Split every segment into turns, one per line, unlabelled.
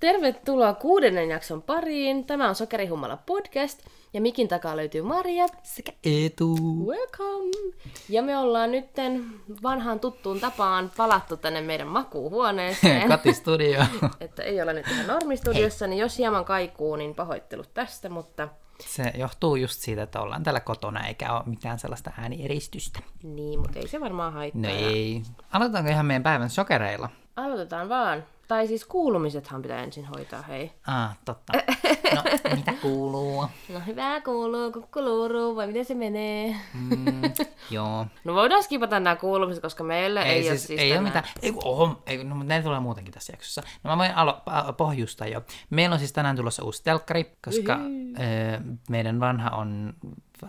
Tervetuloa kuudennen jakson pariin. Tämä on Sokerihummala podcast ja mikin takaa löytyy Maria.
Sekä Eetu.
Welcome! Ja me ollaan nytten vanhaan tuttuun tapaan palattu tänne meidän makuuhuoneeseen.
Kati Studio.
että ei olla nyt ihan normistudiossa, niin jos hieman kaikuu, niin pahoittelut tästä, mutta
Se johtuu just siitä, että ollaan täällä kotona eikä ole mitään sellaista äänieristystä.
niin, mutta ei se varmaan haittaa.
No
Ja
ei. Aloitetaanko ihan meidän päivän sokereilla?
Aloitetaan vaan. Tai siis kuulumisethan pitää ensin hoitaa, hei.
Ah, totta. No, mitä kuuluu?
No hyvää kuuluu, kukkuluuruu, vai miten se menee?
Mm, joo.
No voidaan skipata nämä kuulumiset, koska meillä ei,
Ei,
ole
siis,
siis
ei ole
tänään.
mitään. Ei, kun- oho, ei, no, mutta ne tulee muutenkin tässä jaksossa. No mä voin alo- pa- pohjusta jo. Meillä on siis tänään tulossa uusi telkkari, koska ö, meidän vanha on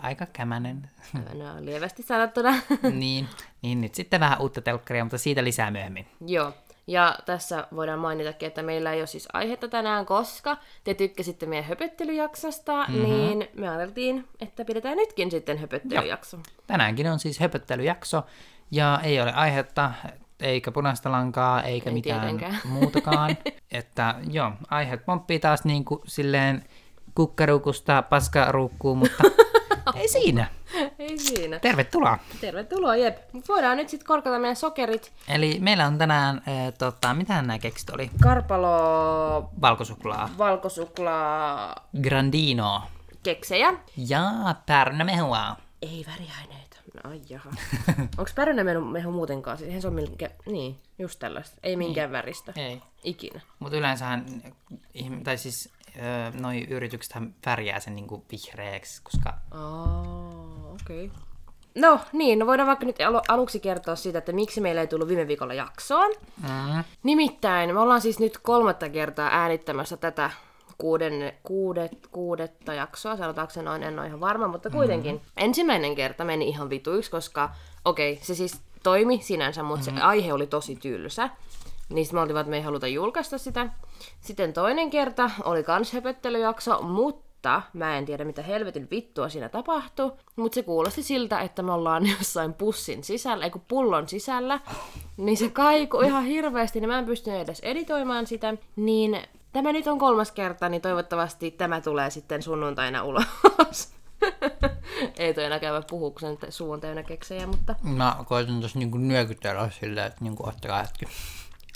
aika kämänen.
No, lievästi sanottuna.
niin, niin nyt sitten vähän uutta telkkaria, mutta siitä lisää myöhemmin.
Joo. Ja tässä voidaan mainitakin, että meillä ei ole siis aihetta tänään, koska te tykkäsitte meidän höpöttelyjaksosta,
Mhm.
mm-hmm. niin me ajateltiin, että pidetään nytkin sitten höpöttelyjakso.
Tänäänkin on siis höpöttelyjakso ja ei ole aihetta, eikä punaista lankaa, eikä
Ei
ei mitään
tietenkään.
muutakaan. että joo, aiheet pomppii taas niin kuin silleen kukkaruukusta paskaruukkuun, mutta ei siinä.
ei siinä.
Tervetuloa.
Tervetuloa, jep. Mut voidaan nyt sitten korkata meidän sokerit.
Eli meillä on tänään, äh, tota, mitä nämä keksit oli?
Karpalo
Valkosuklaa,
valkosuklaa
grandino
keksejä.
ja pärnämehua.
Ei väriaineita. No, Ai jaha. Onko pärynämehu mehu muutenkaan? Siis Eihän se on minkä... Niin, just tällaista. Ei minkään väristä.
Ei.
Ikinä.
Mutta yleensähän, ihm- tai siis öö, noi yrityksethän värjää sen niinku vihreäksi, koska
Aa, okei. Okay. No niin, no voidaan vaikka nyt alu- aluksi kertoa siitä, että miksi meillä ei tullut viime viikolla jaksoon.
mm,
Nimittäin me ollaan siis nyt kolmatta kertaa äänittämässä tätä kuuden, kuudet, kuudetta jaksoa, sanotaanko se noin, en ole ihan varma, mutta kuitenkin. Mm-hmm. Ensimmäinen kerta meni ihan vituiksi, koska okei, okay, se siis toimi sinänsä, mutta mm-hmm. se aihe oli tosi tylsä. Niin sitten me oltiin, vaan, että me ei haluta julkaista sitä. Sitten toinen kerta oli kans höpöttelyjakso, mutta mä en tiedä mitä helvetin vittua siinä tapahtui, mutta se kuulosti siltä, että me ollaan jossain pussin sisällä, ei kun pullon sisällä, niin se kaiku ihan hirveästi, niin mä en pystynyt edes editoimaan sitä, niin tämä nyt on kolmas kerta, niin toivottavasti tämä tulee sitten sunnuntaina ulos. ei toi enää käydä puhua, kun sen suun täynnä keksejä, mutta
Mä koitan tossa niinku nyökytellä silleen, että niinku ottakaa hetki.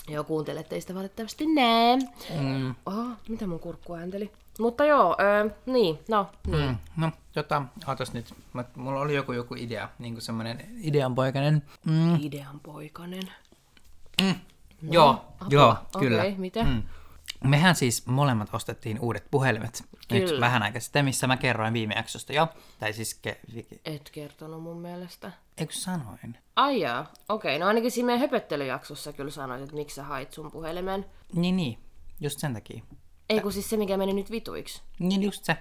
joo, kuuntelette ei sitä valitettavasti näe.
Mm,
Oho, mitä mun kurkku äänteli? Mutta joo, öö, niin, no, niin.
mm, no, tota, ootas nyt. Mä, mulla oli joku, joku idea, niinku semmonen ideanpoikainen. Mm,
Idean poikanen.
mm, joo, joo,
okei,
kyllä.
mitä?
Mm. Mehän siis molemmat ostettiin uudet puhelimet
Kyllä.
nyt vähän aikaa sitten, missä mä kerroin viime jaksosta jo. Tai siis, ke- vi-
Et kertonut mun mielestä.
eikö sanoin?
Ai jaa, okei, no ainakin siinä meidän höpöttelyjaksossa kyllä sanoit, että miksi sä hait sun puhelimen.
Niin, niin. Just sen takia.
Ei kun siis se, mikä meni nyt vituiksi.
Niin just se.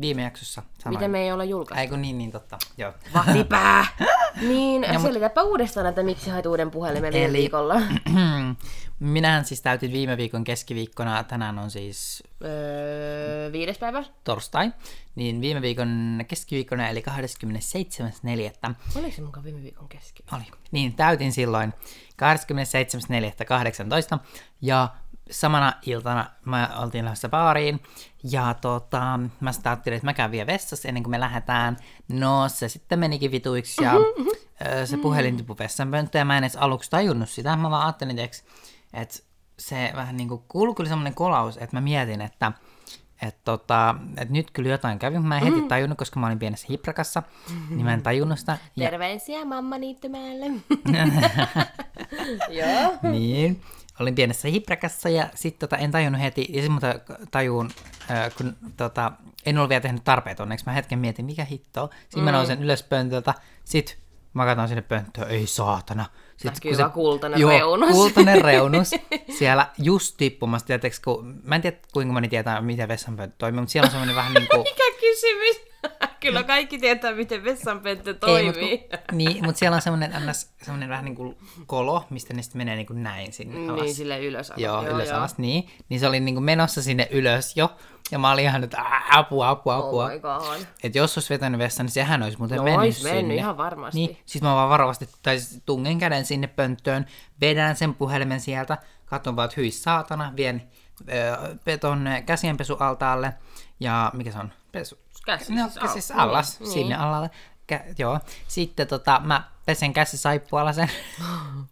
Viime jaksossa sanoin.
Mitä me ei olla julkaistu?
Ei kun niin, niin totta. Joo.
Vahtipää! niin, no, selitäpä uudestaan, että miksi hait uuden puhelimen viime
Eli-
viikolla.
Minähän siis täytin viime viikon keskiviikkona, tänään on siis
öö, viides päivä?
torstai, niin viime viikon keskiviikkona eli 27.4.
Oliko se mukaan viime viikon keski?
oli, niin täytin silloin 27.4.18 ja samana iltana mä oltiin lähdössä baariin ja tota, mä sitten ajattelin, että mä käyn vielä vessassa ennen kuin me lähdetään. No se sitten menikin vituiksi ja ö, se puhelin tippui vessanpönttöön ja mä en edes aluksi tajunnut sitä. Mä vaan ajattelin, tiiäks, että se vähän niinku kuului kyllä semmonen kolaus, että mä mietin, että et tota, et nyt kyllä jotain kävi, mä en heti tajunnut, koska mä olin pienessä hiprakassa, niin mä en tajunnut sitä. Ja
Terveisiä mamma niittymälle. Joo.
niin. Olin pienessä hiprakassa ja sitten tota, en tajunnut heti, ja sitten mutta tajuun, ää, kun tota, en ollut vielä tehnyt tarpeet onneksi, mä hetken mietin, mikä hitto. Sitten mm. mä nousen ylös pöntöltä, sit mä katson sinne pönttöön, ei saatana. Sitten
Näkyy vaan kultainen
joo,
reunus.
kultainen reunus. Siellä just tippumassa, tietysti, kun, mä en tiedä kuinka moni tietää, miten vessanpönttö toimii, mutta siellä on semmoinen vähän niin kuin...
Mikä kysymys? kyllä kaikki tietää, miten vessanpenttö toimii.
Ei, mut, kun- niin, mutta siellä on semmoinen, annas, semmoinen vähän niin kuin kolo, mistä ne sitten menee niin kuin näin sinne alas.
niin, sille ylös alas.
Joo, joo, ylös alas, niin. Niin se oli niinku menossa sinne ylös jo. Ja mä olin ihan, että "Aa, apua, apua, apua.
Oh my god.
että jos olisi vetänyt vessan, niin sehän olisi muuten
No,
mennyt,
ois mennyt
sinne.
ihan varmasti.
Niin, sit mä vaan varovasti, tai siis tungen käden sinne pönttöön, vedän sen puhelimen sieltä, katon vaan, että hyi saatana, vien ö, tonne käsienpesualtaalle ja mikä se on? Pesu.
Käsis
no,
al-
käsis allas,
niin,
sinne alalle. Kä- joo. Sitten tota, mä pesen käsisaippualla sen.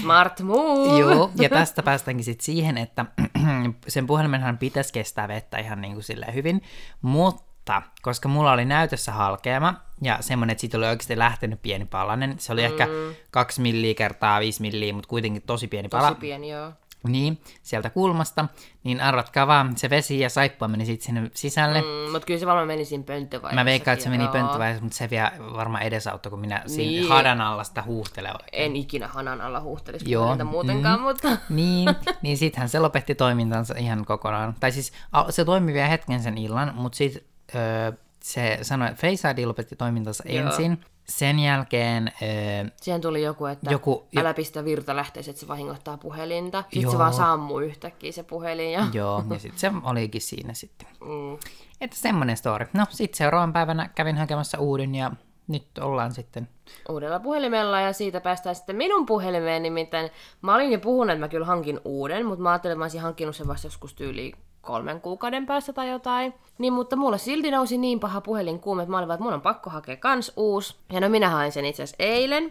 Smart move!
Joo, ja tästä päästäänkin sitten siihen, että sen puhelimenhan pitäisi kestää vettä ihan niin kuin silleen hyvin, mutta koska mulla oli näytössä halkeama ja semmonen, että siitä oli oikeasti lähtenyt pieni palanen, se oli mm. ehkä 2 milliä kertaa 5 milliä, mutta kuitenkin tosi pieni pala,
Tosi pieni, joo.
niin, sieltä kulmasta, niin arvatkaa vaan, se vesi ja saippua meni sitten sinne sisälle. Mm.
Mm, mutta kyllä se varmaan meni siinä pöntövaiheessa.
Mä veikkaan, että se meni pönttövaiheessa, mutta se vielä varmaan edesauttoi, kun minä siinä
Niin.
hadan alla sitä huuhtelemaan.
En ikinä hanan alla huuhtelisi
Joo,
puhelinta muutenkaan, mutta...
Niin, niin sittenhän se lopetti toimintansa ihan kokonaan. Tai siis al- se toimi vielä hetken sen illan, mutta sitten öö, se sanoi, että Face ID lopetti toimintansa
Joo.
Joo. ensin. Sen jälkeen öö,
Siihen tuli joku, että
Joku-
älä pistä virta lähteessä, että se vahingoittaa puhelinta. Sitten se
Joo.
vaan sammuu yhtäkkiä se puhelin. Ja...
Joo, ja sitten se olikin siinä sitten.
Mm.
Että semmonen story. No, sitten seuraavan päivänä kävin hakemassa uuden ja nyt ollaan sitten.
uudella puhelimella ja siitä päästään sitten minun puhelimeen, nimittäin mä olin jo puhunut, että mä kyllä hankin uuden, mutta mä ajattelin, että mä olisin hankkinut sen vasta joskus tyyli kolmen kuukauden päästä tai jotain. Niin, mutta mulla silti nousi niin paha puhelin kuume, että mä olin vaan, että mun on pakko hakea kans uusi. Ja no minä hain sen itse asiassa eilen.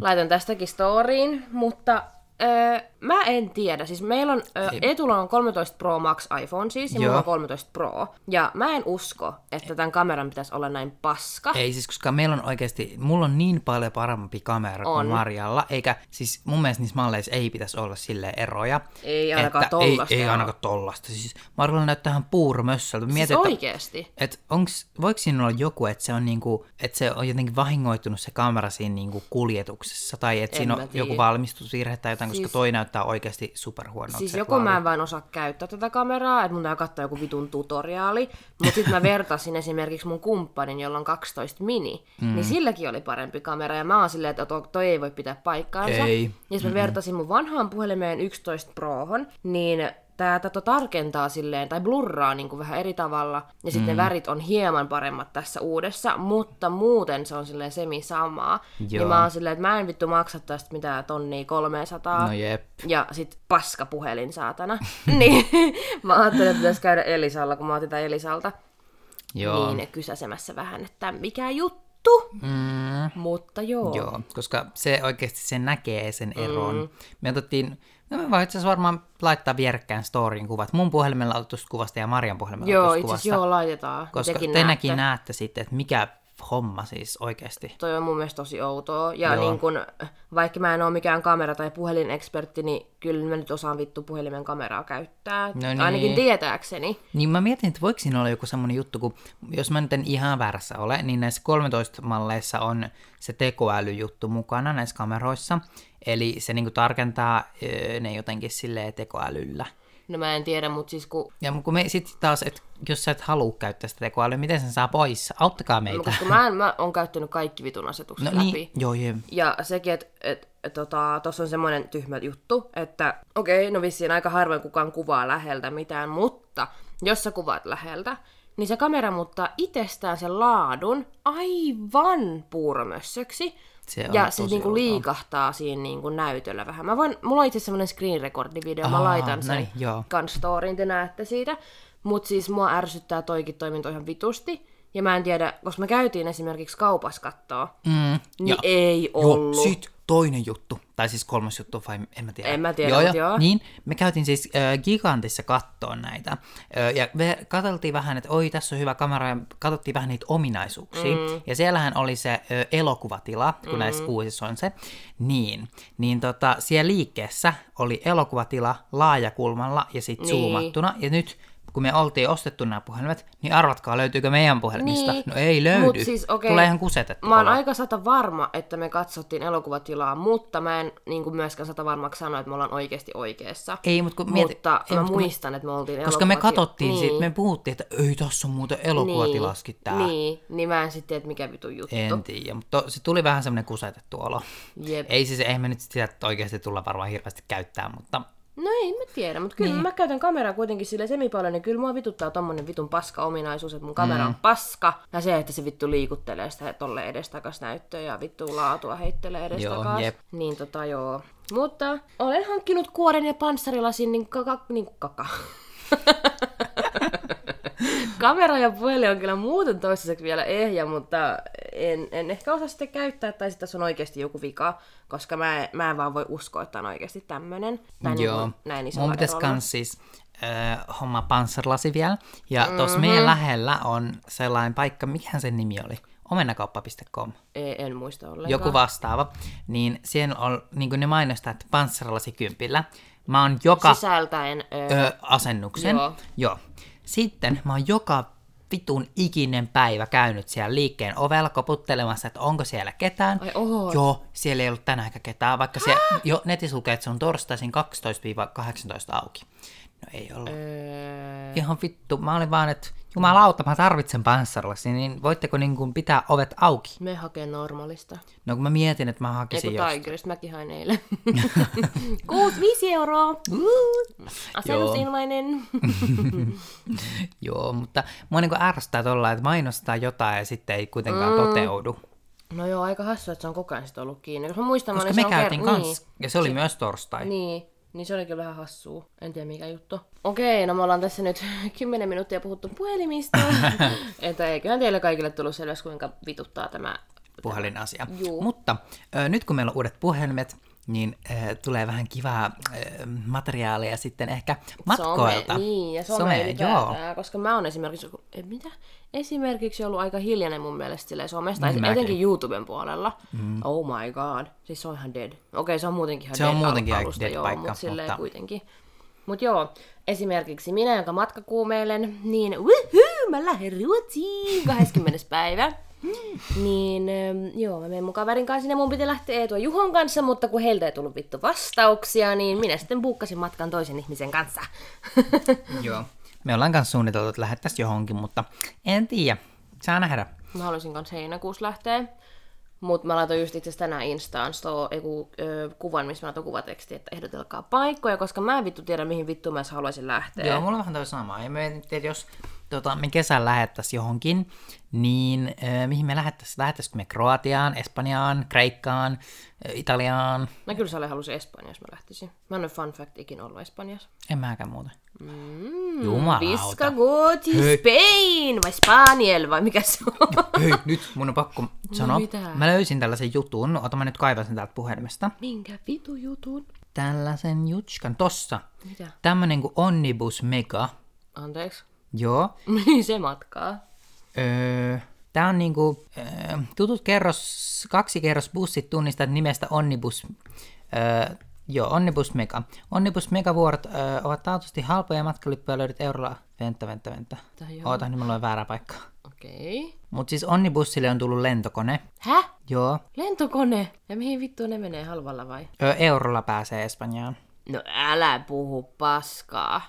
Laitan tästäkin storiin, mutta öö, mä en tiedä. Siis meillä on, öö, Etulla on 13 Pro Max iPhone siis, ja Joo. mulla
Joo.
on 13 Pro. Ja mä en usko, että tämän kameran pitäisi olla näin paska.
Ei siis, koska meillä on oikeasti, mulla on niin paljon parempi kamera
On.
kuin Marjalla, eikä siis mun mielestä niissä malleissa ei pitäisi olla sille eroja.
Ei ainakaan
että ei,
tollasta
ei
joo.
ainakaan tollasta. Siis Marjalla näyttää ihan puuromössöltä.
Siis
Mietin, että
oikeesti.
et onks, voiko siinä olla joku, että se on niinku, että se on jotenkin vahingoittunut se kamera siinä niinku kuljetuksessa, tai että
En
siinä
mä
on
tiedä.
joku valmistusvirhe tai jotain,
Siis-
koska toi näyttää oikeasti superhuonolta.
Siis
se
joko mä
kuvaus.
en vaan osaa käyttää tätä kameraa, että mun täytyy katsoa joku vitun tutoriaali, mutta sitten mä vertasin esimerkiksi mun kumppanin, jolla on 12 mini, mm. niin silläkin oli parempi kamera, ja mä oon silleen, että to- toi ei voi pitää paikkaansa.
Ei.
Ja jos mä vertasin mun vanhaan puhelimeen 11 Prohon, niin tää tato tarkentaa silleen, tai blurraa niin kuin vähän eri tavalla, ja sitten mm. ne värit on hieman paremmat tässä uudessa, mutta muuten se on silleen semi samaa. Niin
Joo.
mä oon silleen, että mä en vittu maksa tästä mitään tonnia 300,
No jep.
ja sit paskapuhelin saatana. niin mä ajattelin, että pitäisi käydä Elisalla, kun mä otin tän Elisalta.
Joo.
Niin kysäsemässä vähän, että mikä juttu.
Mm.
Mutta joo.
Joo, koska se oikeasti se näkee sen eron. Mm. Me otettiin, no me voin itse asiassa varmaan laittaa vierekkään storin kuvat. Mun puhelimella otetusta kuvasta ja Marjan puhelimella
Joo,
otetusta
itse asiassa
kuvasta.
joo, laitetaan.
koska
Tekin
te
näette.
näkin näette sitten, että mikä homma siis oikeasti.
Toi on mun mielestä tosi outoa. Ja
Joo.
niin kun, vaikka mä en oo mikään kamera- tai puhelinekspertti, niin kyllä mä nyt osaan vittu puhelimen kameraa käyttää.
No niin.
Ainakin tietääkseni.
Niin mä mietin, että voiko siinä olla joku semmoinen juttu, kun jos mä nyt en ihan väärässä ole, niin näissä 13 malleissa on se tekoälyjuttu mukana näissä kameroissa. Eli se niinku tarkentaa öö, ne jotenkin silleen tekoälyllä.
No mä en tiedä, mutta siis kun
Ja kun me sitten taas, että jos sä et halua käyttää sitä tekoälyä, miten sen saa pois? Auttakaa meitä.
koska mä, en, mä oon käyttänyt kaikki vitun asetukset
No
läpi.
niin, joo, joo.
Ja sekin, että et, et, tota, tossa on semmoinen tyhmä juttu, että okei, okay, no vissiin aika harvoin kukaan kuvaa läheltä mitään, mutta jos sä kuvaat läheltä, niin se kamera muuttaa itsestään sen laadun aivan puuromössöksi.
Se on
ja se
tosi
niinku
outoa.
liikahtaa siinä niinku näytöllä vähän. Mä voin, mulla on itse semmoinen screen recordivideo, mä
Aa,
laitan sen
näin, joo.
kans storiin, te näette siitä. Mutta siis mua ärsyttää toikin toiminto ihan vitusti. Ja mä en tiedä, koska me käytiin esimerkiksi kaupassa kattoo,
Mm.
niin
Ja-
ei ollut.
Joo, sit toinen juttu. Tai siis kolmas juttu, vai en mä tiedä.
En mä tiedä,
joo,
mut
joo.
joo.
Niin, me käytiin siis äh, Gigantissa kattoon näitä. Ö, ja me katseltiin vähän, että oi, tässä on hyvä kamera. Ja katsottiin vähän niitä ominaisuuksia. Mm. Ja siellähän oli se ö, elokuvatila, kun mm. näissä uusissa on se. Niin, niin tota, siellä liikkeessä oli elokuvatila laajakulmalla ja sitten
Niin.
niin. zoomattuna. Ja nyt kun me oltiin ostettu nämä puhelimet, niin arvatkaa, löytyykö meidän puhelimista.
Niin.
No ei löydy.
Mut siis, okei.
Tulee ihan kusetettu
Mä oon
olo.
aika sata varma, että me katsottiin elokuvatilaa, mutta mä en niin kuin myöskään sata varmaksi sano, että me ollaan oikeasti oikeassa.
Ei, mut kun mieti-
mutta
ei,
mä
mut kun me-
muistan, että me oltiin
Koska me
elokuvati-
katsottiin niin. siitä,
Niin,
me puhuttiin, että ei tässä on muuten elokuvatilaskin
niin,
tää.
Niin, niin mä en sitten tiedä, että mikä vitu juttu.
En tiedä, mutta se tuli vähän semmoinen kusetettu olo.
Jep.
Ei siis, eihän me nyt sitä oikeasti tulla varmaan hirveästi käyttää, mutta
No ei mä tiedä, mutta kyllä niin. mä käytän kameraa kuitenkin sille semi paljon, niin kyllä mua vituttaa tommonen vitun paska-ominaisuus, että mun kamera mm. on paska. Ja se, että se vittu liikuttelee sitä tolle edestakas näyttöä ja vittu laatua heittelee edestakas.
jep.
Niin tota joo. Mutta olen hankkinut kuoren ja panssarilasin, niin kaka... Niin kaka. Kamera ja puhelin on kyllä muuten toistaiseksi vielä ehjä, mutta en, en ehkä osaa sitä käyttää, tai sitten tässä on oikeasti joku vika, koska mä, mä en vaan voi uskoa, että on oikeasti tämmöinen. Tai Joo. Niin kuin, näin isolla
Mun pitäisi
erolla.
kans siis äh, homma panssarlasi vielä. Ja mm-hmm.
Mhm.
tuossa meidän lähellä on sellainen paikka, mikähän sen nimi oli? Omenakauppa.com.
Ei, en muista ollenkaan.
joku vastaava, niin siellä on, niin kuin ne mainostaa, että panssaralasi kympillä. Mä oon joka
Siis Sisältäen. Ö,
ö, asennuksen.
Joo.
Joo. Sitten mä oon joka vitun ikinen päivä käynyt siellä liikkeen ovella koputtelemassa, että onko siellä ketään.
Ai oot.
Joo, siellä ei ollut tänäänkään ketään, vaikka se jo netissä lukee, että se on torstaisin 12-18 auki. No ei ollut.
Öö. ö,
Ihan vittu, mä olin vaan, että jumalauta, mä tarvitsen panssarlasi, niin voitteko niin kuin pitää ovet auki?
me hakee normaalista.
No kun mä mietin, että mä hakisin
Eiku
jostain.
Tigerista, mäkin hain eilen. Kuusi, viisi euroa.
Joo.
Asennus ilmainen.
Joo, mutta mua niin ärsyttää tuolla, että mainostaa jotain ja sitten ei kuitenkaan mm. toteudu.
No joo, aika hassua, että se on koko ajan sit ollut kiinni. Koska mä muistan, mä
Koska
olin
me
saanut
käytiin
niin, ker-
kanssa, ja se oli myös torstai.
Niin, niin, niin se oli kyllä vähän hassua. En tiedä mikä juttu. Okei, no me ollaan tässä nyt 10 minuuttia puhuttu puhelimista. että eiköhän teille kaikille tullut selväksi, kuinka vituttaa tämä.
puhelinasia.
Juu.
Mutta ö, nyt kun meillä on uudet puhelimet, niin ö, tulee vähän kivaa ö, materiaalia sitten ehkä matkoilta.
Some, niin, ja some, some
joo.
ylipäätään, koska mä oon esimerkiksi, eh, mitä? Esimerkiksi ollut aika hiljainen mun mielestä silleen somesta,
Niin
niin
mäkin.
etenkin YouTuben puolella. Mm. Oh my god, siis se on ihan dead. Okei, se on muutenkin ihan
Se
dead
on muutenkin
al-
aika
alusta,
dead
joo,
paikka,
mutta silleen
mutta-
kuitenkin. Mut joo, esimerkiksi minä, jonka matkakuumeilen, niin wuhuu, mä lähden Ruotsiin 20. päivä. Niin äm, joo, mä menen mun kaverin kanssa sinne, mun piti lähteä Eetua Juhon kanssa, mutta kun heiltä ei tullut vittu vastauksia, niin minä sitten buukkasin matkan toisen ihmisen kanssa.
joo. Me ollaan kanssa suunniteltu, että lähettäisiin johonkin, mutta en tiedä. Saa nähdä.
Mä haluaisin kans heinäkuussa lähteä. Mut mä laitoin just itse asiassa tänään Instaan sto, eiku, ö, kuvan, missä mä laitoin kuvateksti, että ehdotelkaa paikkoja, koska mä en vittu tiedä, mihin vittu mä edes haluaisin lähteä.
Joo, mulla on vähän toi sama. Ja me, että jos tota, me kesällä lähettäisiin johonkin, niin ö, mihin me lähettäisiin? Lähettäisikö me Kroatiaan, Espanjaan, Kreikkaan, ö, Italiaan?
Mä kyllä sale halusin Espanjaan, jos mä lähtisin. Mä en ole fun fact ikin ollut Espanjassa.
En mäkään muuta. Mm,
Viska
Jumalauta.
go to
Hei.
Spain vai Spaniel vai mikä se on?
Hei, nyt mun on pakko sanoa.
No mitä?
Mä löysin tällaisen jutun. Ota mä nyt kaivan sen täältä puhelimesta.
Minkä vitu jutun?
Tällaisen jutskan. Tossa.
Mitä?
Tämmönen kuin Onnibus Mega.
Anteeksi.
Joo.
Mihin se matkaa?
Öö, tää on niinku öö, tutut kerros, kaksi kerros bussit tunnistat nimestä Onnibus. Öö, joo, Onnibus Mega. Onnibus Mega-vuorot öö, ovat taatusti halpoja ja matkalippuja löydät eurolla. Venttä, venttä, venttä.
Tai joo.
Oota, niin mulla on väärä paikka.
Okei. Okay.
Mut siis Onnibussille on tullut lentokone.
Häh?
Joo.
Lentokone? Ja mihin vittu ne menee halvalla vai?
Öö, eurolla pääsee Espanjaan.
No älä puhu paskaa.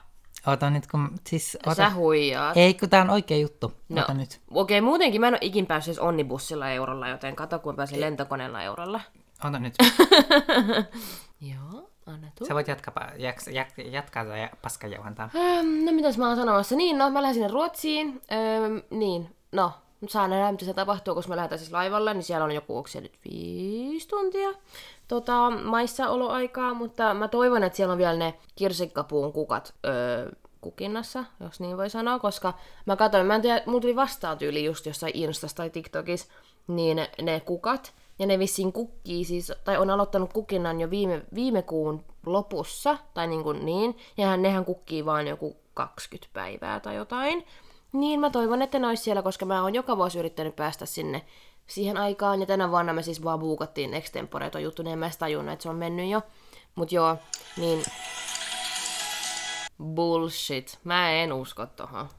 Ota nyt, kun... Siis,
Ota.
ota...
Sä huijaat.
Ei, kun tää on oikea juttu. No.
No.
Ota nyt.
Okei, muutenkin mä en ole ikin päässyt edes onnibussilla eurolla, joten kato kun mä pääsin lentokoneella eurolla.
Ota nyt.
Joo, anna tuu.
Sä voit jatkaa, pa- jaks, jak, jatkaa ja paskan jauhantaa.
Ähm, no mitäs mä oon sanomassa? Niin, no mä lähden sinne Ruotsiin. Öm, niin, no. Nyt saa nähdä, mitä se tapahtuu, koska me lähdetään siis laivalla, niin siellä on joku, onko se nyt viisi tuntia tota, maissaoloaikaa, mutta mä toivon, että siellä on vielä ne kirsikkapuun kukat öö, kukinnassa, jos niin voi sanoa, koska mä katsoin, mä en tiedä, mulla tuli vastaan tyyli just jossain Instassa tai TikTokissa, niin ne kukat, ja ne vissiin kukkii siis, tai on aloittanut kukinnan jo viime, viime kuun lopussa, tai niin kuin niin, ja nehän kukkii vaan joku 20 päivää tai jotain. Niin mä toivon, että ne olisi siellä, koska mä oon joka vuosi yrittänyt päästä sinne siihen aikaan, ja tänä vuonna me siis vaan buukattiin extempore toi juttu, niin en mä edes tajunnut, että se on mennyt jo. Mut joo, niin... Bullshit. Mä en usko tohon.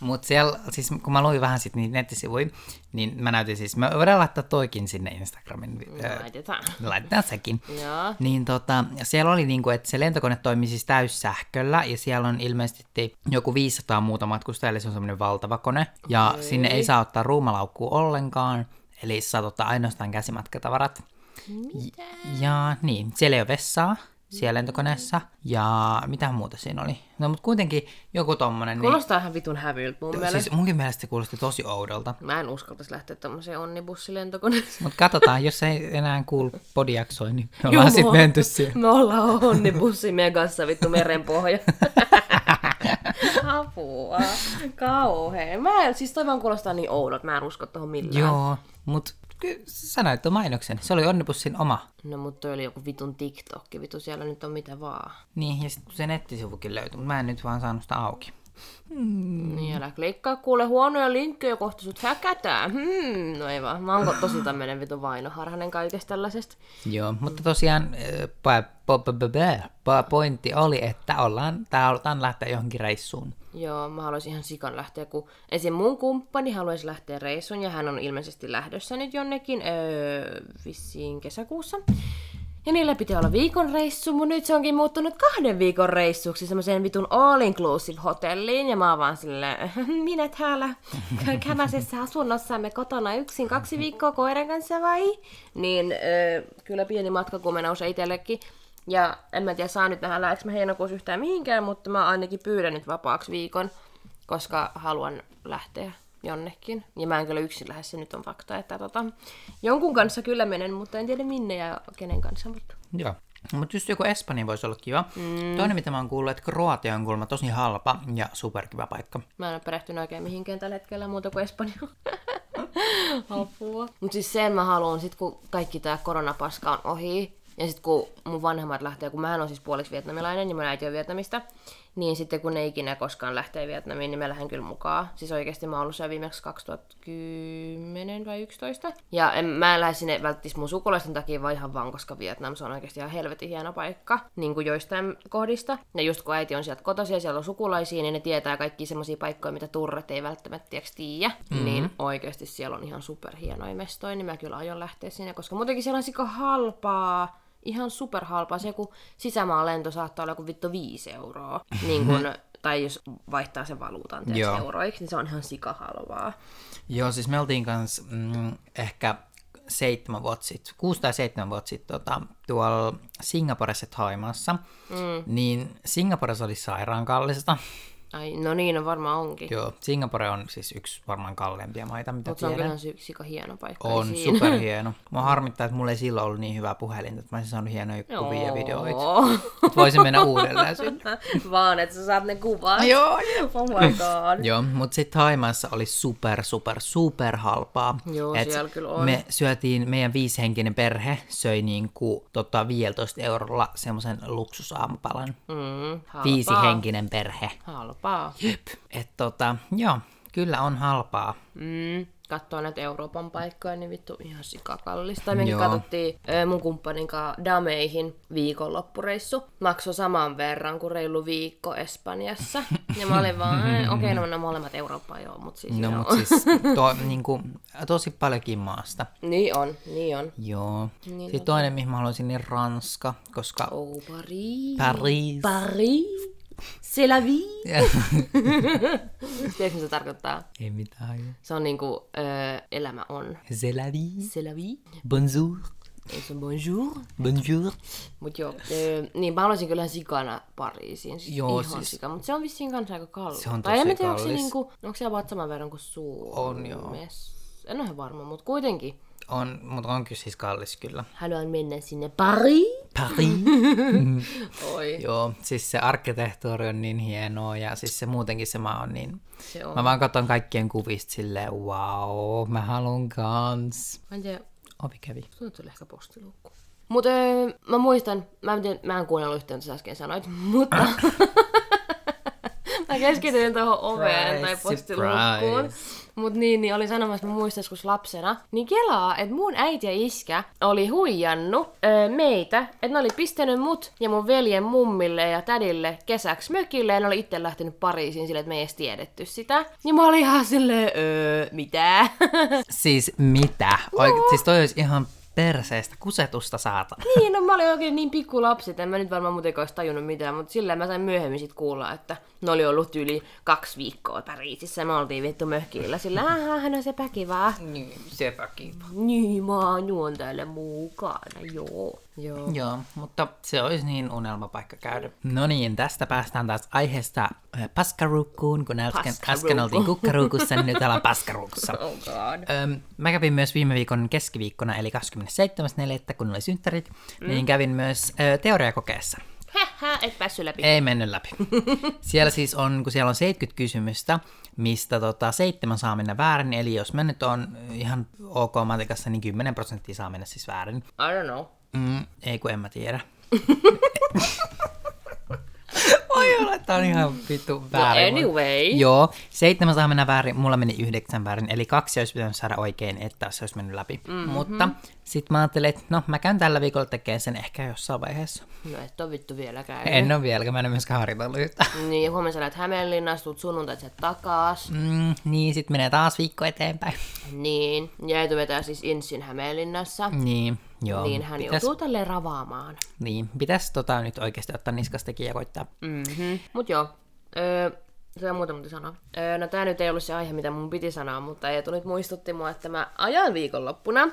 Mut siellä, siis kun mä luin vähän sit niitä nettisivuja, niin mä näytin siis, mä voidaan laittaa toikin sinne Instagramin.
Öö.
Öö,
Laitetaan.
laitetaan sekin.
Joo.
Niin tota, siellä oli niinku, että se lentokone toimii siis täyssähköllä ja siellä on ilmeisesti joku 500 muuta matkustajaa, eli se on semmoinen valtava kone. Ja okay. sinne ei saa ottaa ruumalaukkua ollenkaan, eli saa ottaa ainoastaan käsimatkatavarat. Mitä? Ja niin, siellä ei ole vessaa, siellä lentokoneessa. Ja mitä muuta siinä oli? No mutta kuitenkin joku tommonen. Niin,
Kuulostaa ihan vitun hävyiltä mun mielestä.
siis munkin mielestä se kuulosti tosi oudolta.
Mä en uskaltaisi lähteä tämmöiseen onnibussilentokoneeseen.
Mutta katsotaan, jos ei enää kuulu podijaksoin, niin me ollaan sitten menty siihen.
Me ollaan onnibussi megassa vittu merenpohja. Apua. Kauhea. Mä en, siis toi vaan kuulostaa niin oudolta, mä en usko tohon millään.
Joo, mutta sanoit tuon mainoksen. Se oli Onnibussin oma.
No mutta toi oli joku vitun TikTok, vitu siellä nyt on mitä vaan.
Niin, ja sitten se nettisivukin löytyi, mutta mä en nyt vaan saanut sitä auki. Mm.
Niin älä klikkaa kuule huonoja linkkejä, kohta sut häkätään. Hmm, no ei vaan. Mä oon tosi tämmönen vitu vainoharhanen kaikesta tällaisesta.
Joo, mutta tosiaan ö, pa- pa- pa- pa- pa- pointti oli, että ollaan, tää halutaan lähteä johonkin reissuun.
Joo, mä haluaisin ihan sikan lähteä, kun esim. mun kumppani haluaisi lähteä reissuun ja hän on ilmeisesti lähdössä nyt jonnekin, öö, vissiin kesäkuussa. Ja niillä piti olla viikon reissu, mutta nyt se onkin muuttunut kahden viikon reissuksi semmoiseen vitun all-inclusive hotelliin. Ja mä oon vaan silleen, minä täällä kä- kämäisessä asunnossamme kotona yksin kaksi viikkoa koiran kanssa vai? Niin öö, kyllä pieni matka kuumenaus itsellekin. Ja en mä tiedä, saa nyt nähdä, lähdekö mä heinäkuussa yhtään mihinkään, mutta mä ainakin pyydän nyt vapaaksi viikon, koska haluan lähteä jonnekin. Ja mä en kyllä yksin lähde, se nyt on fakta, että tota, jonkun kanssa kyllä menen, mutta en tiedä minne ja kenen kanssa. Mutta.
Joo. Mutta just joku Espanja voisi olla kiva. Mm. Toinen, mitä mä oon kuullut, että Kroatia on kuulemma tosi halpa ja superkiva paikka.
Mä en ole perehtynyt oikein mihinkään tällä hetkellä muuta kuin Espanjaan. Apua. Mut siis sen mä haluan, sit kun kaikki tää koronapaska on ohi, ja sit kun mun vanhemmat lähtee, kun mä on siis puoliksi vietnamilainen ja mun äiti on Vietnamista, niin sitten kun ne ikinä koskaan lähtee Vietnamiin, niin mä lähden kyllä mukaan. Siis oikeasti mä oon ollut siellä viimeksi 2010 vai 11. Ja en, mä en lähde sinne välttis mun sukulaisten takia, vaan ihan vaan, koska Vietnam se on oikeasti ihan helvetin hieno paikka, niin kuin joistain kohdista. Ja just kun äiti on sieltä kotoisin ja siellä on sukulaisia, niin ne tietää kaikki semmoisia paikkoja, mitä turret ei välttämättä tiiäks, tiedä.
Mhm.
Mm-hmm. Niin oikeasti siellä on ihan superhienoja mestoja, niin mä kyllä aion lähteä sinne, koska muutenkin siellä on sika halpaa ihan superhalpaa. Se joku sisämaan lento saattaa olla joku vittu 5 euroa. Niin kun, tai jos vaihtaa sen valuutan tiedätkö,
Mhm. Joo.
euroiksi, niin se on ihan sikahalvaa.
Joo, siis me oltiin kanssa mm, ehkä seitsemän vuotta sitten, kuusi tai seitsemän vuotta sitten tota, tuolla Singaporessa Thaimaassa, mm. niin Singaporessa oli sairaan kallista.
Ai, no niin, no varmaan onkin.
Joo, Singapore on siis yksi varmaan kalleimpia maita, mitä
Mutta se on
tiedän.
kyllä sy- sika hieno paikka. ei
On
siinä.
superhieno. Mua harmittaa, että mulla ei silloin ollut niin hyvää puhelinta, että mä olisin saanut hienoja kuvia ja
Oo.
videoita. Että voisin mennä uudelleen sinne.
Vaan, että sä saat ne kuvat.
Joo,
Oh my god.
Joo, mutta sitten Taimaassa oli super, super, super halpaa.
Joo, siellä kyllä on.
Me syötiin, meidän viisihenkinen perhe söi niinku, tota, 15 eurolla semmoisen luksusaamupalan.
Mm, halpaa.
Viisihenkinen perhe.
Halpaa.
Jep. Et tota, joo, kyllä on halpaa.
Mm, katsoo näitä Euroopan paikkoja, niin vittu ihan sikakallista. Mekin
Joo.
katsottiin ö, mun kumppanin kanssa Dameihin viikonloppureissu. Maksoi saman verran kuin reilu viikko Espanjassa. Ja mä olin vaan, "Ai, okei, okay, no nämä molemmat Eurooppaan joo, mutta siis
No
joo.
mut siis to, niinku, tosi paljonkin maasta.
Niin on, niin on.
Joo. Niin Sitten toinen, mihin mä haluaisin, niin Ranska, koska oh.
Oh, Paris.
Paris.
Paris. C'est la vie.
Ja-
Tiedätkö, mitä se tarkoittaa?
Ei mitään. hajua.
Se on niinku, ö, elämä on.
C'est la vie.
C'est la vie.
Bonjour.
Et se bonjour.
Bonjour.
Mut joo, öö, niin mä haluaisin kyllähän sikana Pariisiin. Siis
Joo,
joo, ihan
siis-
siis... sika, mutta se on vissiin kanssa aika kallis.
Se on
tai en mä
tosi
tiedä, onko se,
kallis.
niinku, onko se vaan saman verran kuin Suomessa.
On, joo.
En ole ihan varma, mutta kuitenkin
On, mutta on kyllä siis kallis kyllä.
haluan mennä sinne Pariin.
Paris.
Oi,
Joo, siis se arkkitehtuuri on niin hienoa ja siis se muutenkin se maa on niin...
se on.
Mä vaan katson kaikkien kuvista silleen, wow, mä haluun kans.
Mä en tiedä,
Ovi kävi.
tuntuu, että se oli ehkä postiluukku. Mutta öö, Niin. mä muistan, mä en, tiedä, mä en kuunnellut yhtään, mitä sä äsken sanoit, mutta... mä keskityin tuohon oveen tai
Surprise,
postiluukkuun. Mut niin, niin olin sanomassa, että mä muistan joskus lapsena. Niin kelaa, että mun äiti ja iskä oli huijannut öö, meitä, että ne oli pistänyt mut ja mun veljen mummille ja tädille kesäksi mökille ja ne oli itse lähtenyt Pariisiin sille, että me ei edes tiedetty sitä. Ja mä olin ihan silleen, öö, mitä?
Siis mitä? Oike, siis toi olisi ihan perseestä kusetusta saata.
Niin, no mä olin oikein niin pikku lapsi, että en mä nyt varmaan muutenkaan olisi tajunnut mitään, mutta sillä mä sain myöhemmin sit kuulla, että ne oli ollut yli kaksi viikkoa Pariisissa ja me oltiin vittu mökillä sillä, aha, no sepä kiva.
Niin, sepä kiva.
Niin, mä oon juon täällä mukana, joo. Joo.
Joo, mutta se olisi niin unelmapaikka käydä. No niin, tästä päästään taas aiheesta äh, paskaruukkuun, kun äsken,
Paskaruukku.
äsken oltiin kukkaruukussa, niin nyt ollaan paskaruukussa.
Oh god.
Öm, mä kävin myös viime viikon keskiviikkona, eli 27.4., kun oli synttärit, mm. niin kävin myös ö, teoriakokeessa.
Hähä, et päässyt läpi.
Ei mennyt läpi. siellä siis on, kun siellä on 70 kysymystä, mistä tota, seitsemän saa mennä väärin, eli jos mä nyt on ihan ok matikassa, niin 10 prosenttia saa mennä siis väärin.
I don't know.
Mm, ei kun en mä tiedä. Voi olla, että on ihan vittu väärin.
anyway.
Joo, seitsemän saa mennä väärin, mulla meni yhdeksän väärin, eli kaksi olisi pitänyt saada oikein, että se olisi mennyt läpi. Mm-hmm. Mutta sitten mä ajattelin, että no mä käyn tällä viikolla tekemään sen ehkä jossain vaiheessa.
No et oo vittu vielä käynyt.
En ole vielä, kun mä en ole myöskään harjoitellut yhtään.
Niin, ja huomenna sä lähet Hämeenlinnasta, tuut sunnuntai sieltä takas.
Mm, niin, sitten menee taas viikko eteenpäin.
Niin, ja etu vetää siis Insin Hämeenlinnassa.
Niin, joo.
Niin hän
pitäis,
joutuu tälleen ravaamaan.
niin, pitäis tota nyt oikeasti ottaa niskastakin ja koittaa.
Mhm. Mut joo. Öö, se on muuta mitä sanoa. Öö, no tää nyt ei ollut se aihe, mitä mun piti sanoa, mutta Eetu nyt muistutti mua, että mä ajan viikonloppuna.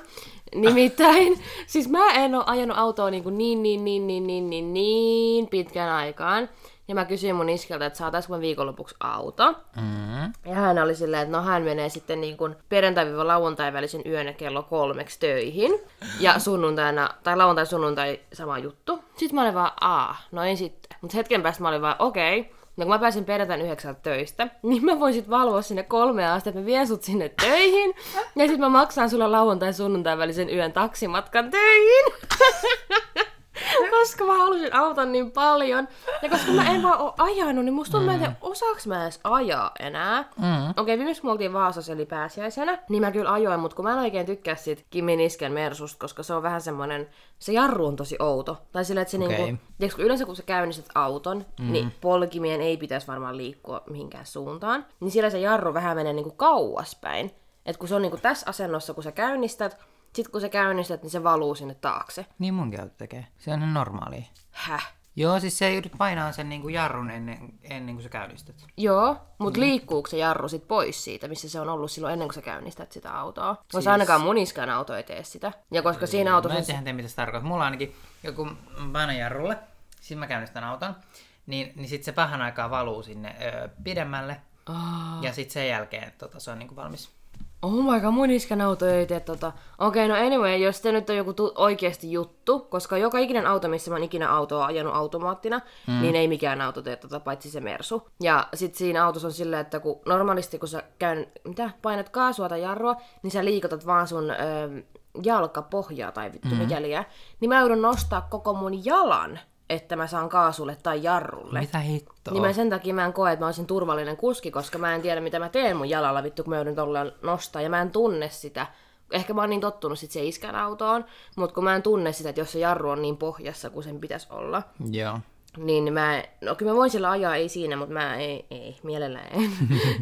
Nimittäin, siis mä en oo ajanut autoa niin, kuin niin, niin, niin, niin, niin, niin, niin pitkän aikaan. Ja mä kysyin mun iskeltä, että saataisko mä viikonlopuksi auto.
Mm,
Ja hän oli silleen, että no hän menee sitten niin kuin perjantai-lauantai välisen yönä kello kolmeksi töihin. Ja sunnuntaina, tai lauantai-sunnuntai sama juttu. Sitten mä olin vaan, aa, no ei sitten. Mutta hetken päästä mä olin vaan, okei. Okay. No kun mä pääsen perjantain yhdeksältä töistä, niin mä voin sit valvoa sinne kolmea asti, että mä vien sut sinne töihin. Ja sit mä maksan sulle lauantai-sunnuntai välisen yön taksimatkan töihin. koska mä halusin auton niin paljon. Ja koska mä en vaan oo ajanut, niin musta tuntuu, mm. että osaaks mä edes ajaa enää.
mm.
Okei, viimeksi me oltiin Vaasassa eli pääsiäisenä, niin mä kyllä ajoin, mutta kun mä en oikein tykkää siitä Kimi Nisken Mersusta, koska se on vähän semmonen, se jarru on tosi outo. Tai sillä, että se
Okei.
niinku, tiiäks, kun yleensä kun sä käynnistät auton, mm. niin polkimien ei pitäisi varmaan liikkua mihinkään suuntaan, niin siellä se jarru vähän menee niinku kauaspäin. Et kun se on niinku tässä asennossa, kun sä käynnistät, sit kun sä käynnistät, niin se valuu sinne taakse.
Niin munkin auto tekee. Se on ihan normaalia.
Häh?
Joo, siis se joudut painaa sen niinku jarrun ennen, ennen kuin sä käynnistät.
Joo, mutta mm. liikkuuko se jarru sit pois siitä, missä se on ollut silloin ennen kuin sä käynnistät sitä autoa? Koska siis... ainakaan mun iskan auto ei tee sitä. Ja koska siinä
Mä
autossa...
en tiedä, mitä se tarkoittaa. Mulla ainakin, joku mä painan jarrulle, siis mä käynnistän auton, niin, niin sitten se vähän aikaa valuu sinne öö, pidemmälle,
Ah,
ja sitten sen jälkeen tota, se on niinku valmis.
Oh my god, mun iskän auto ei tee tota. Okei, okay, no anyway, jos te nyt on joku tu- oikeasti juttu, koska joka ikinen auto, missä mä oon ikinä autoa ajanut automaattina, mm. niin ei mikään auto tee tota, paitsi se Mersu. Ja sit siinä autossa on silleen, että kun normaalisti kun sä käyn, mitä, painat kaasua tai jarrua, niin sä liikotat vaan sun ö, jalkapohjaa tai vittu mm. jäljää, niin mä joudun nostaa koko mun jalan, että mä saan kaasulle tai jarrulle.
Mitä hittoa?
Niin mä sen takia mä en koe, että mä olisin turvallinen kuski, koska mä en tiedä, mitä mä teen mun jalalla vittu, kun mä joudun tolleen nostaa. Ja mä en tunne sitä. Ehkä mä oon niin tottunut sit se iskän autoon, mutta kun mä en tunne sitä, että jos se jarru on niin pohjassa kuin sen pitäisi olla,
Joo.
niin mä, no kyllä mä voin sillä ajaa, ei siinä, mutta mä ei, ei mielellään en.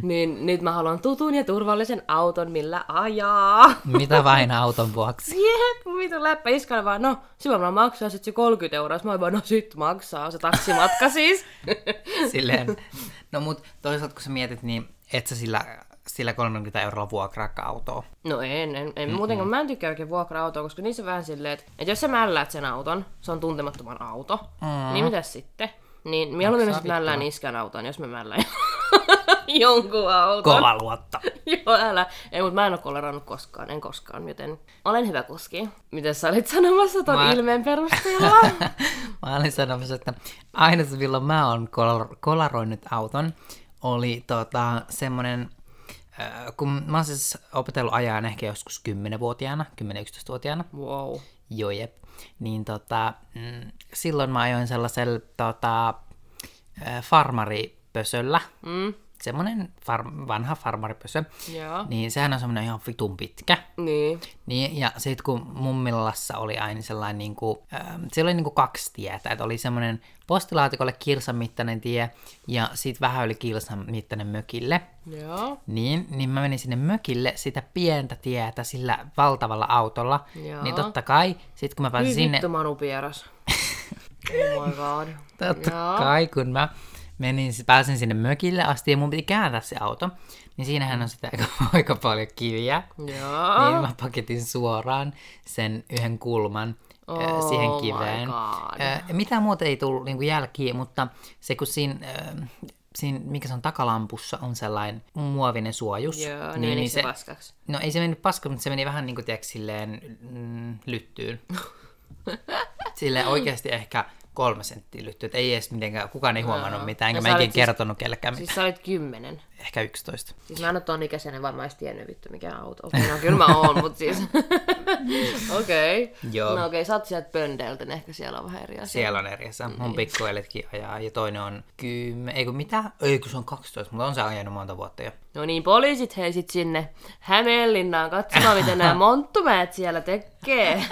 niin nyt mä haluan tutun ja turvallisen auton, millä ajaa.
Mitä vain auton vuoksi?
Jep, mun vitun läppä iskalla vaan, no, silloin mä maksaa sit se 30 euroa, Sit mä oon vaan, no sit maksaa se taksimatka siis.
Silleen. No mut toisaalta kun sä mietit, niin et sä sillä, sillä 30 eurolla vuokraa autoa.
No en, en, en muutenkaan. Mä en tykkää oikein vuokra-autoa, koska niissä on vähän silleen, että, että jos sä mälläät sen auton, se on tuntemattoman auto, mm. niin mitä sitten? Niin mieluummin mä sitten mällään iskan auton, jos mä mällään jonkun auton.
Kova luotto.
Joo, älä. Ei, mutta mä en ole kolerannut koskaan, en koskaan, joten olen hyvä kuski. Miten sä olit sanomassa ton
Mä-
mä... ilmeen perusteella?
mä olin sanomassa, että aina se, milloin mä oon kolar- kolaroinut auton, oli tota, semmonen, äh, kun mä oon siis opetellut ajaan ehkä joskus 10-vuotiaana, 10-11-vuotiaana,
wow.
joo jep, niin tota, mm, silloin mä ajoin sellaisella tota, äh, farmaripösöllä,
Mm,
semmonen far- vanha farmaripösö,
joo.
niin sehän on semmonen ihan vitun pitkä,
Niin.
niin, ja sitten kun mummillassa oli aina sellainen, niin kuin, ähm, siellä oli niin kuin kaksi tietä, että oli semmoinen postilaatikolle kilsan mittainen tie, ja sitten vähän yli kilsan mittainen mökille.
Joo.
Niin, niin mä menin sinne mökille sitä pientä tietä sillä valtavalla autolla.
Joo.
Niin totta kai, sit kun mä pääsin
Hyvin
sinne,
vittu Manu Pieras. Oh my god.
totta
Joo.
kai kun mä menin, pääsin sinne mökille asti ja mun piti kääntää se auto, niin siinähän on sitä aika, aika paljon kiviä.
Joo.
Niin mä paketin suoraan sen yhden kulman oh
Oh
siihen
my
kiveen.
God.
Ö, Mitä muuta ei tullut niin jälkiä, mutta se kun siinä, ö, siinä, mikä se on takalampussa, on sellainen muovinen suojus.
Joo, niin, niin se paskaksi.
No ei se mennyt paskaksi, mutta se meni vähän niin kuin tiedätkö, silleen mm, lyttyyn. Silleen oikeasti ehkä kolme senttiä lyttyyn. että Ei edes mitenkään, kukaan ei huomannut mitään, enkä
Ja
mä
sä
ikinä
olit siis-
kertonut kellekään siis...
Siis sä olit kymmenen.
Ehkä yksitoista.
Siis mä en ole ton ikäisenä varmaan edes tiennyt vittu mikä auto. Okei, no kyllä mä oon, mut siis. okei.
Joo.
No okei, sä oot sieltä pöndeltä, niin ehkä siellä on vähän eri asia.
Siellä on eri asia. Mun pikkuveletkin ajaa ja toinen on kymmen, ei kun mitä? Ei kun se on 12, mutta on se ajanut monta vuotta jo.
No niin, poliisit hei sit sinne Hämeenlinnaan katsomaan, mitä nämä monttumäät siellä tekee.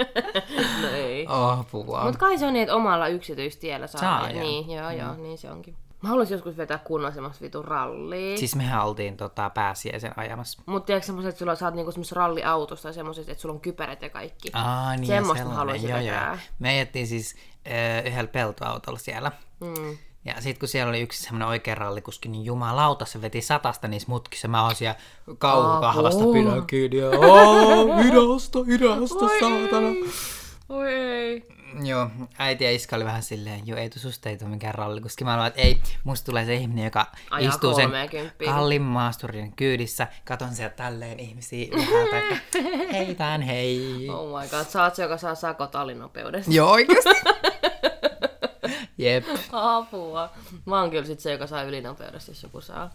no ei.
Oh, puvaa.
Mut kai se on niin, että omalla yksityistiellä saa.
Saa,
ja-
joo. Mm.
Niin, joo, joo, niin se onkin. Mä haluaisin joskus vetää kunnon semmoista vitun rallia.
Siis mehän oltiin tota, pääsiäisen ajamassa.
Mutta tiedätkö semmoiset, että sulla saat niinku semmoisessa ralliautosta tai semmoiset, että sulla on kypärät ja kaikki.
Aa, niin
Semmosta mä
sellainen.
haluaisin
joo, joo.
vetää.
Me ajettiin siis ö, yhdellä peltoautolla siellä.
Mm.
Ja sitten kun siellä oli yksi semmoinen oikea rallikuski, niin jumalauta, se veti satasta niissä mutkissa. Mä oon siellä kauhukahvasta
Apua.
pidä kiinni. ja, "Aa, Hidasta, hidasta,
Voi ei.
saatana.
Oi ei.
Joo, äiti ja iskä oli vähän silleen, joo, ei tu susta ei tule mikään rallikuski. Mä aloin, että ei, musta tulee se ihminen, joka
Ajaa
istuu sen
30.
kallin maasturin kyydissä. Katon sieltä tälleen ihmisiä ylhäältä, että hei tään, hei.
Oh my god, sä oot se, joka saa sakot alinopeudesta.
Joo, oikeasti. Jep.
Apua. Mä oon kyllä sit se, joka saa ylinopeudesta, jos joku saa.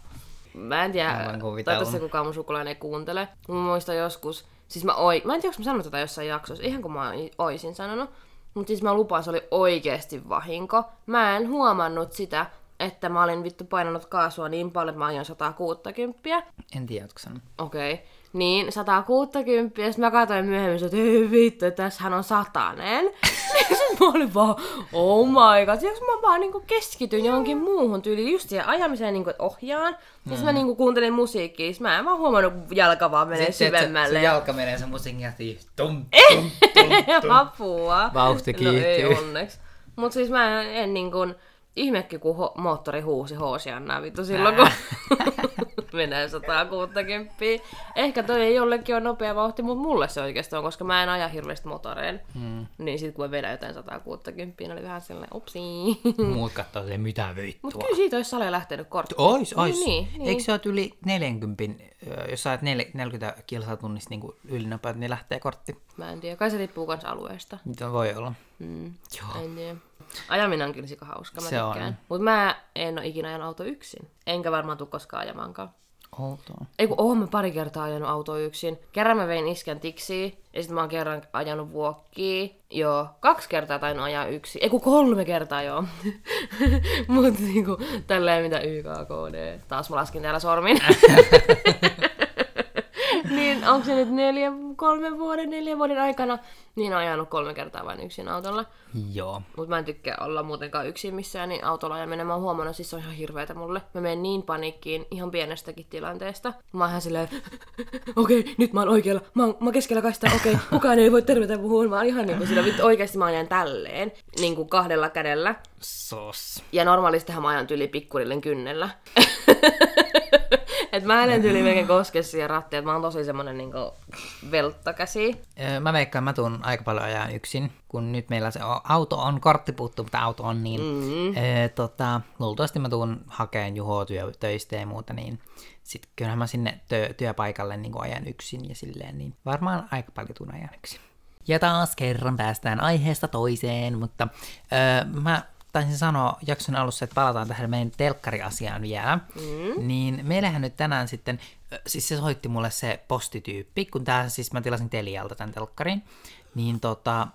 Mä en tiedä,
Mä voin kuvitella.
toivottavasti kukaan mun sukulainen ei kuuntele. Mä muistan joskus, siis mä, oi, mä en tiedä, onko mä sanonut tätä jossain jaksossa, ihan kun mä oi- oisin sanonut. Mutta siis mä lupaan, se oli oikeasti vahinko. Mä en huomannut sitä, että mä olin vittu painanut kaasua niin paljon, että mä ajoin 160.
En tiedä, ootko sanonut.
Okei. Okay. Niin, 160. Ja sitten mä katsoin myöhemmin, että ei vittu, että tässähän on satanen. sitten mä olin vaan, oh my god. Jos mä vaan niinku keskityn johonkin muuhun tyyliin, just siihen ajamiseen niinku, että ohjaan. Ja sitten mä niinku kuuntelin musiikkia. Sit mä en vaan huomannut, kun jalka vaan menee
Sitten Se,
syvemmälle. Eh!
se jalka menee sen musiikin jähtiin. Tum, tum.
Apua.
Vauhti
No ei
kiihtyy.
onneksi. Mut siis mä en, en niin kuin, ihmekin kun ho- moottori huusi hoosiannaa vittu silloin kun mennään 160. Ehkä toi ei jollekin ole nopea vauhti, mutta mulle se oikeastaan on, koska mä en aja hirveästi motoreilla. Mm. Niin sit kun mä vedän jotain 160, niin oli vähän sellainen upsi.
Muut katsoo silleen, mitä vittua.
Mut kyllä siitä olisi sale lähtenyt kortti.
Ois, ois.
Niin, niin.
Eikö sä oot yli 40, ö, jos sä oot nel- 40 kilsaa tunnissa niin ylinopeut, niin lähtee kortti.
Mä en tiedä, kai se riippuu kans alueesta.
Mitä voi olla?
Mm.
Joo.
En tiedä. Ajaminen on kyllä sika hauska, mä
Se on.
tykkään. Mutta mä en ole ikinä ajanut auto yksin. Enkä varmaan tule koskaan ajamaankaan.
Outoa.
Ei kun oon mä pari kertaa ajanut autoa yksin. Kerran mä vein iskän tiksiin, ja sitten mä oon kerran ajanut vuokkiin. Joo, kaksi kertaa tainnut ajaa yksin. Ei kun kolme kertaa joo. Mut niinku, tälleen mitä YKKD. Taas mä laskin täällä sormin. niin onko se nyt neljä, kolmen vuoden, neljän vuoden aikana, niin oon ajanut kolme kertaa vain yksin autolla.
Joo.
Mutta mä en tykkää olla muutenkaan yksin missään, niin autolla ja menemään huomannut, siis se on ihan hirveetä mulle. Mä menen niin paniikkiin ihan pienestäkin tilanteesta. Mä oon ihan silleen, okei, nyt mä oon oikealla, mä oon, mä oon keskellä kaistaa, okei, kukaan ei voi tervetä muuhun. Mä oon ihan niinku sillä, vittu oikeesti mä ajan tälleen, niinku kahdella kädellä.
Sos.
Ja normaalistihan mä ajan tyli pikkurille kynnellä. Et mä en tyli melkein koske siihen rattiin, että mä oon tosi semmonen niinku velttakäsi.
Ö, Mä veikkaan, mä tuun aika paljon ajaa yksin, kun nyt meillä se o- auto on kortti puuttu, mutta auto on niin. Mm-hmm. Ö, tota, luultavasti mä tuun hakeen Juhoa työ, töistä ja muuta, niin sit kyllähän mä sinne tö- työpaikalle niin ajan yksin ja silleen, niin varmaan aika paljon tuun ajan yksin. Ja taas kerran päästään aiheesta toiseen, mutta öö, mä taisin sanoa jakson alussa, että palataan tähän meidän telkkariasiaan vielä. Mm. Niin meillähän nyt tänään sitten, ö, siis se soitti mulle se postityyppi, kun tää siis mä tilasin Telialta tämän telkkarin, niin tota,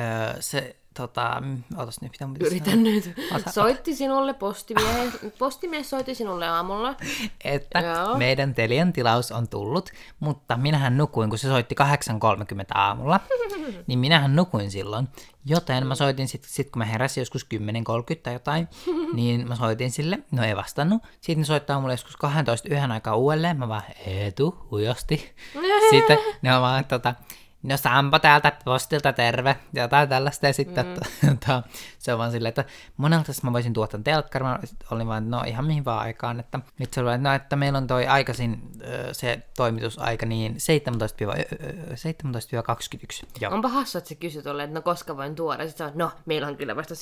öö, se tota, mm, ootas nyt, mitä mun pitäisi
Yritän nyt. Soitti sinulle postimies, postimies soitti sinulle aamulla.
että
Joo.
Joo. meidän telien tilaus on tullut, mutta minähän nukuin, kun se soitti 8.30 aamulla, niin minähän nukuin silloin. Joten mä soitin sitten, sit kun mä heräsin joskus 10.30 tai jotain, niin mä soitin sille, no ei vastannut. Sitten ne soittaa mulle joskus 12 yhden aikaa uudelleen, mä vaan, etu, hujosti. Sitten ne on vaan, tota, no Sampo täältä postilta terve, ja jotain tällaista, ja
Mm.
sitten mm-hmm. tota, se on vaan silleen, että monelta mä voisin tuottaa telkkarin, mä olin vaan, no ihan mihin vaan aikaan, että nyt se oli, että no, että meillä on toi aikaisin ö, se toimitusaika, niin 17 17-21. Joo.
Onpa hassu, että sä kysyt tolle, että no koska voin tuoda. Sitten sä oot, no meillä on kyllä vasta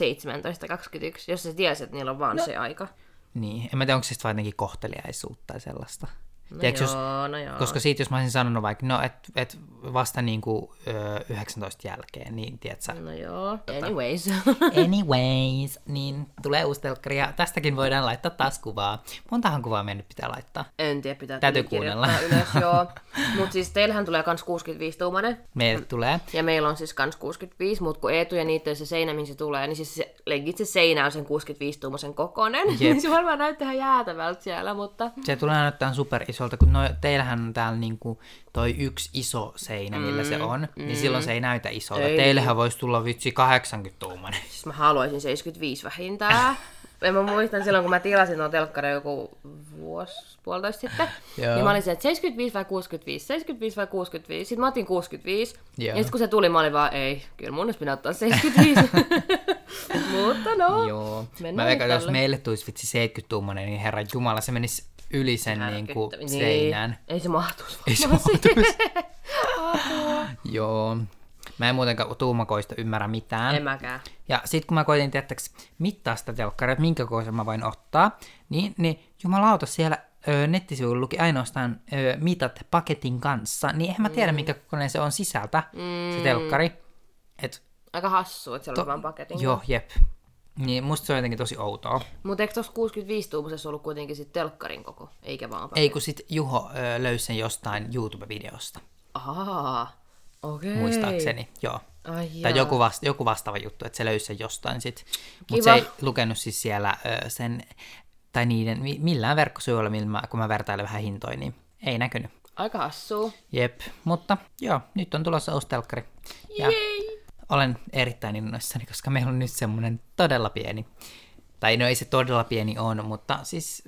17.21, jos sä tiesit, että niillä on vaan no. se aika.
Niin, en mä tiedä, onko se sitten vaan jotenkin kohteliaisuutta tai sellaista.
No
Tiedätkö,
joo,
jos,
no joo.
koska siitä, jos mä olisin sanonut vaikka, no et, et vasta niin kuin, ö, 19 jälkeen, niin tiedätkö,
No joo, anyways.
anyways, niin tulee uusi telkkari ja tästäkin voidaan laittaa taas kuvaa. Montahan kuvaa meidän nyt pitää laittaa.
en tiedä, pitää
Täytyy
kirjoittaa
kuunnella.
ylös, joo. Mut siis teillähän tulee kans 65 tuumainen.
Meille tulee.
Ja meillä on siis kans 65, mut kun Eetu ja niitä se seinä, mihin se tulee, niin siis se, legit se seinä on sen 65 tuumaisen kokoinen. Niin se varmaan näyttää ihan jäätävältä siellä, mutta...
Se tulee näyttää superisolta, kun no, teillähän on täällä niinku toi yksi iso seinä, millä se on, niin silloin se ei näytä isolta.
Mm, Ei.
Teillähän voisi tulla vitsi 80-tuumainen.
Siis mä haluaisin 75 vähintään. En mä muistan silloin, kun mä tilasin tuon telkkarin joku vuosi, puolitoista sitten.
Joo.
Joo. Niin mä olin se, että 75 vai 65, 75 vai 65. Sitten mä otin 65.
Joo.
Joo. Ja sitten kun se tuli, mä olin vaan, ei, kyllä mun olisi pitää ottaa 75. Mutta no.
Joo. Mä
Mennään
veikkaan,
nyt
että jos
tällä.
meille tulisi vitsi 70-tuumainen, niin herra Jumala, se menisi yli sen niinku
Järkyttä-
seinän.
Niin. Ei No se mahtuisi.
Ei se mahtuisi. Joo. Mä en muutenkaan tuumakoista ymmärrä mitään.
En mäkään.
Ja sitten kun mä koitin tiettäks mittaa sitä telkkaria, että minkä kokoisen mä voin ottaa, niin, niin jumalauta siellä ö, nettisivuilla luki ainoastaan ö, mitat paketin kanssa, niin eihän mä tiedä, mm. minkä kokoinen se on sisältä, mm. se telkkari. Et,
Aika hassu, että siellä on vaan paketin.
joo, jep. Niin musta se on jotenkin tosi outoa.
Mutta eikö tuossa 65 tuumisessa ollut kuitenkin sit telkkarin koko? Eikä vaan paketin.
Ei kun sit Juho ö, löysi sen jostain YouTube-videosta,
Ahaa. Okei. Okay.
muistaakseni, joo.
Ai
Tai
jaa.
joku, vasta, joku vastaava juttu, että se löysi sen jostain sit. Mutta
Kiva.
se ei lukenut siis siellä ö, sen, tai niiden, mi- millään verkkosivuilla, millä mä, kun mä vertailen vähän hintoja, niin ei näkynyt.
Aika hassua.
Jep, mutta joo, nyt on tulossa uusi telkkari. Ja
Jei!
olen erittäin innoissani, koska meillä on nyt semmoinen todella pieni. Tai no ei se todella pieni on, mutta siis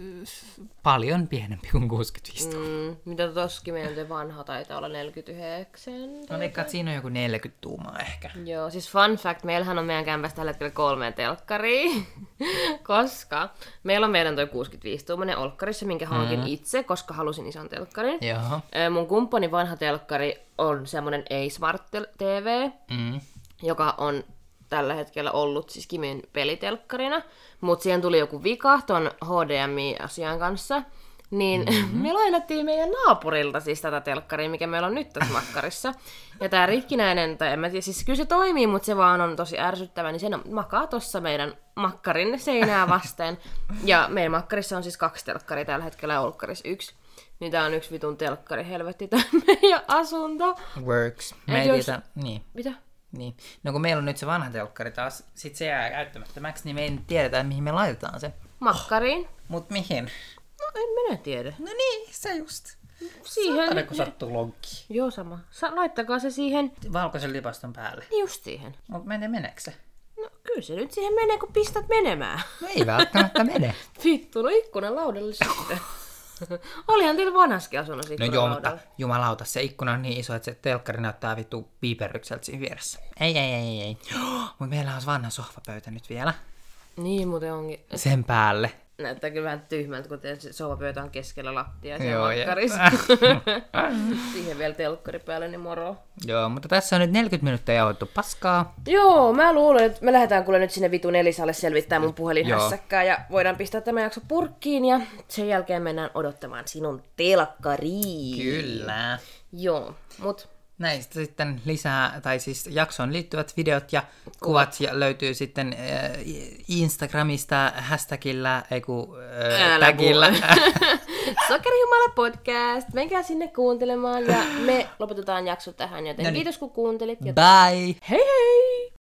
äh, paljon pienempi kuin 65. Mm.
Mm, mitä toskin meidän te vanha taitaa olla 49.
No veikkaan, että siinä on joku 40 tuumaa ehkä.
Joo, siis fun fact, meillähän on meidän kämpässä tällä hetkellä kolme telkkaria, koska meillä on meidän toi 65-tuumainen olkkarissa, minkä hankin mm. itse, koska halusin ison telkkarin.
Joo.
Ö, Mun kumppani vanha telkkari on semmonen ei-smart tel- TV,
Mm.
joka on tällä hetkellä ollut siis Kimin pelitelkkarina, mutta siihen tuli joku vika ton HDMI-asian kanssa, niin mm-hmm. me lainattiin meidän naapurilta siis tätä telkkaria, mikä meillä on nyt tässä makkarissa. Ja tämä rikkinäinen, tai en mä tiedä, siis kyllä se toimii, mutta se vaan on tosi ärsyttävä, niin se no- makaa tuossa meidän makkarin seinää vasten. Ja meidän makkarissa on siis kaksi telkkaria tällä hetkellä ja olkkarissa yksi. Niin tää on yksi vitun telkkari, helvetti tää meidän asunto.
Works. Mä
Et
en
jos-
tiedä, niin.
Mitä?
Niin. No kun meillä on nyt se vanha telkkari taas, sit se jää käyttämättömäksi, niin me ei nyt tiedetä, mihin me laitetaan se.
Makkariin?
Mut mihin?
No en minä tiedä.
No niin, se just. Aina
Siihen.
kun sattuu lonkki.
Joo, sama. Sa- laittakaa se siihen,
Valkoisen lipaston päälle.
niin just siihen.
Mut mä en tiedä, meneekö se?
No kyllä se nyt siihen menee, kun pistät menemään.
No ei välttämättä mene.
Vittu, no ikkunan laudalle sitten. Olihan teillä vanhaskin asunnossa
No
ikkunan
joo, mutta jumalauta, se ikkuna on niin iso, että se telkkari näyttää vittu piiperrykseltä siinä vieressä. Ei, ei, ei, ei, ei. Mut meillä on vanha sohvapöytä nyt vielä.
Niin muuten onkin.
Sen päälle.
Näyttää kyllä vähän tyhmältä, kun teidän se sohvapöytä on keskellä lattia ja se
Joo, ja-
makkaris. siihen vielä telkkari päälle, niin moro.
Joo, mutta tässä on nyt 40 minuuttia jauhettu paskaa.
Joo, mä luulen, että me lähdetään kuule nyt sinne vitun Elisalle selvittää mun puhelinhässäkkää ja voidaan pistää tämä jakso purkkiin ja sen jälkeen mennään odottamaan sinun telkkariin.
Kyllä.
Joo, mut
Näistä sitten lisää, tai siis jaksoon liittyvät videot ja kuvat ja löytyy sitten äh, Instagramista hashtagillä, ei kun äh,
Älä
tagillä.
Sokerijumala podcast, menkää sinne kuuntelemaan ja me lopetetaan jakso tähän, joten
Noniin.
kiitos kun kuuntelit ja
Bye!
hei hei!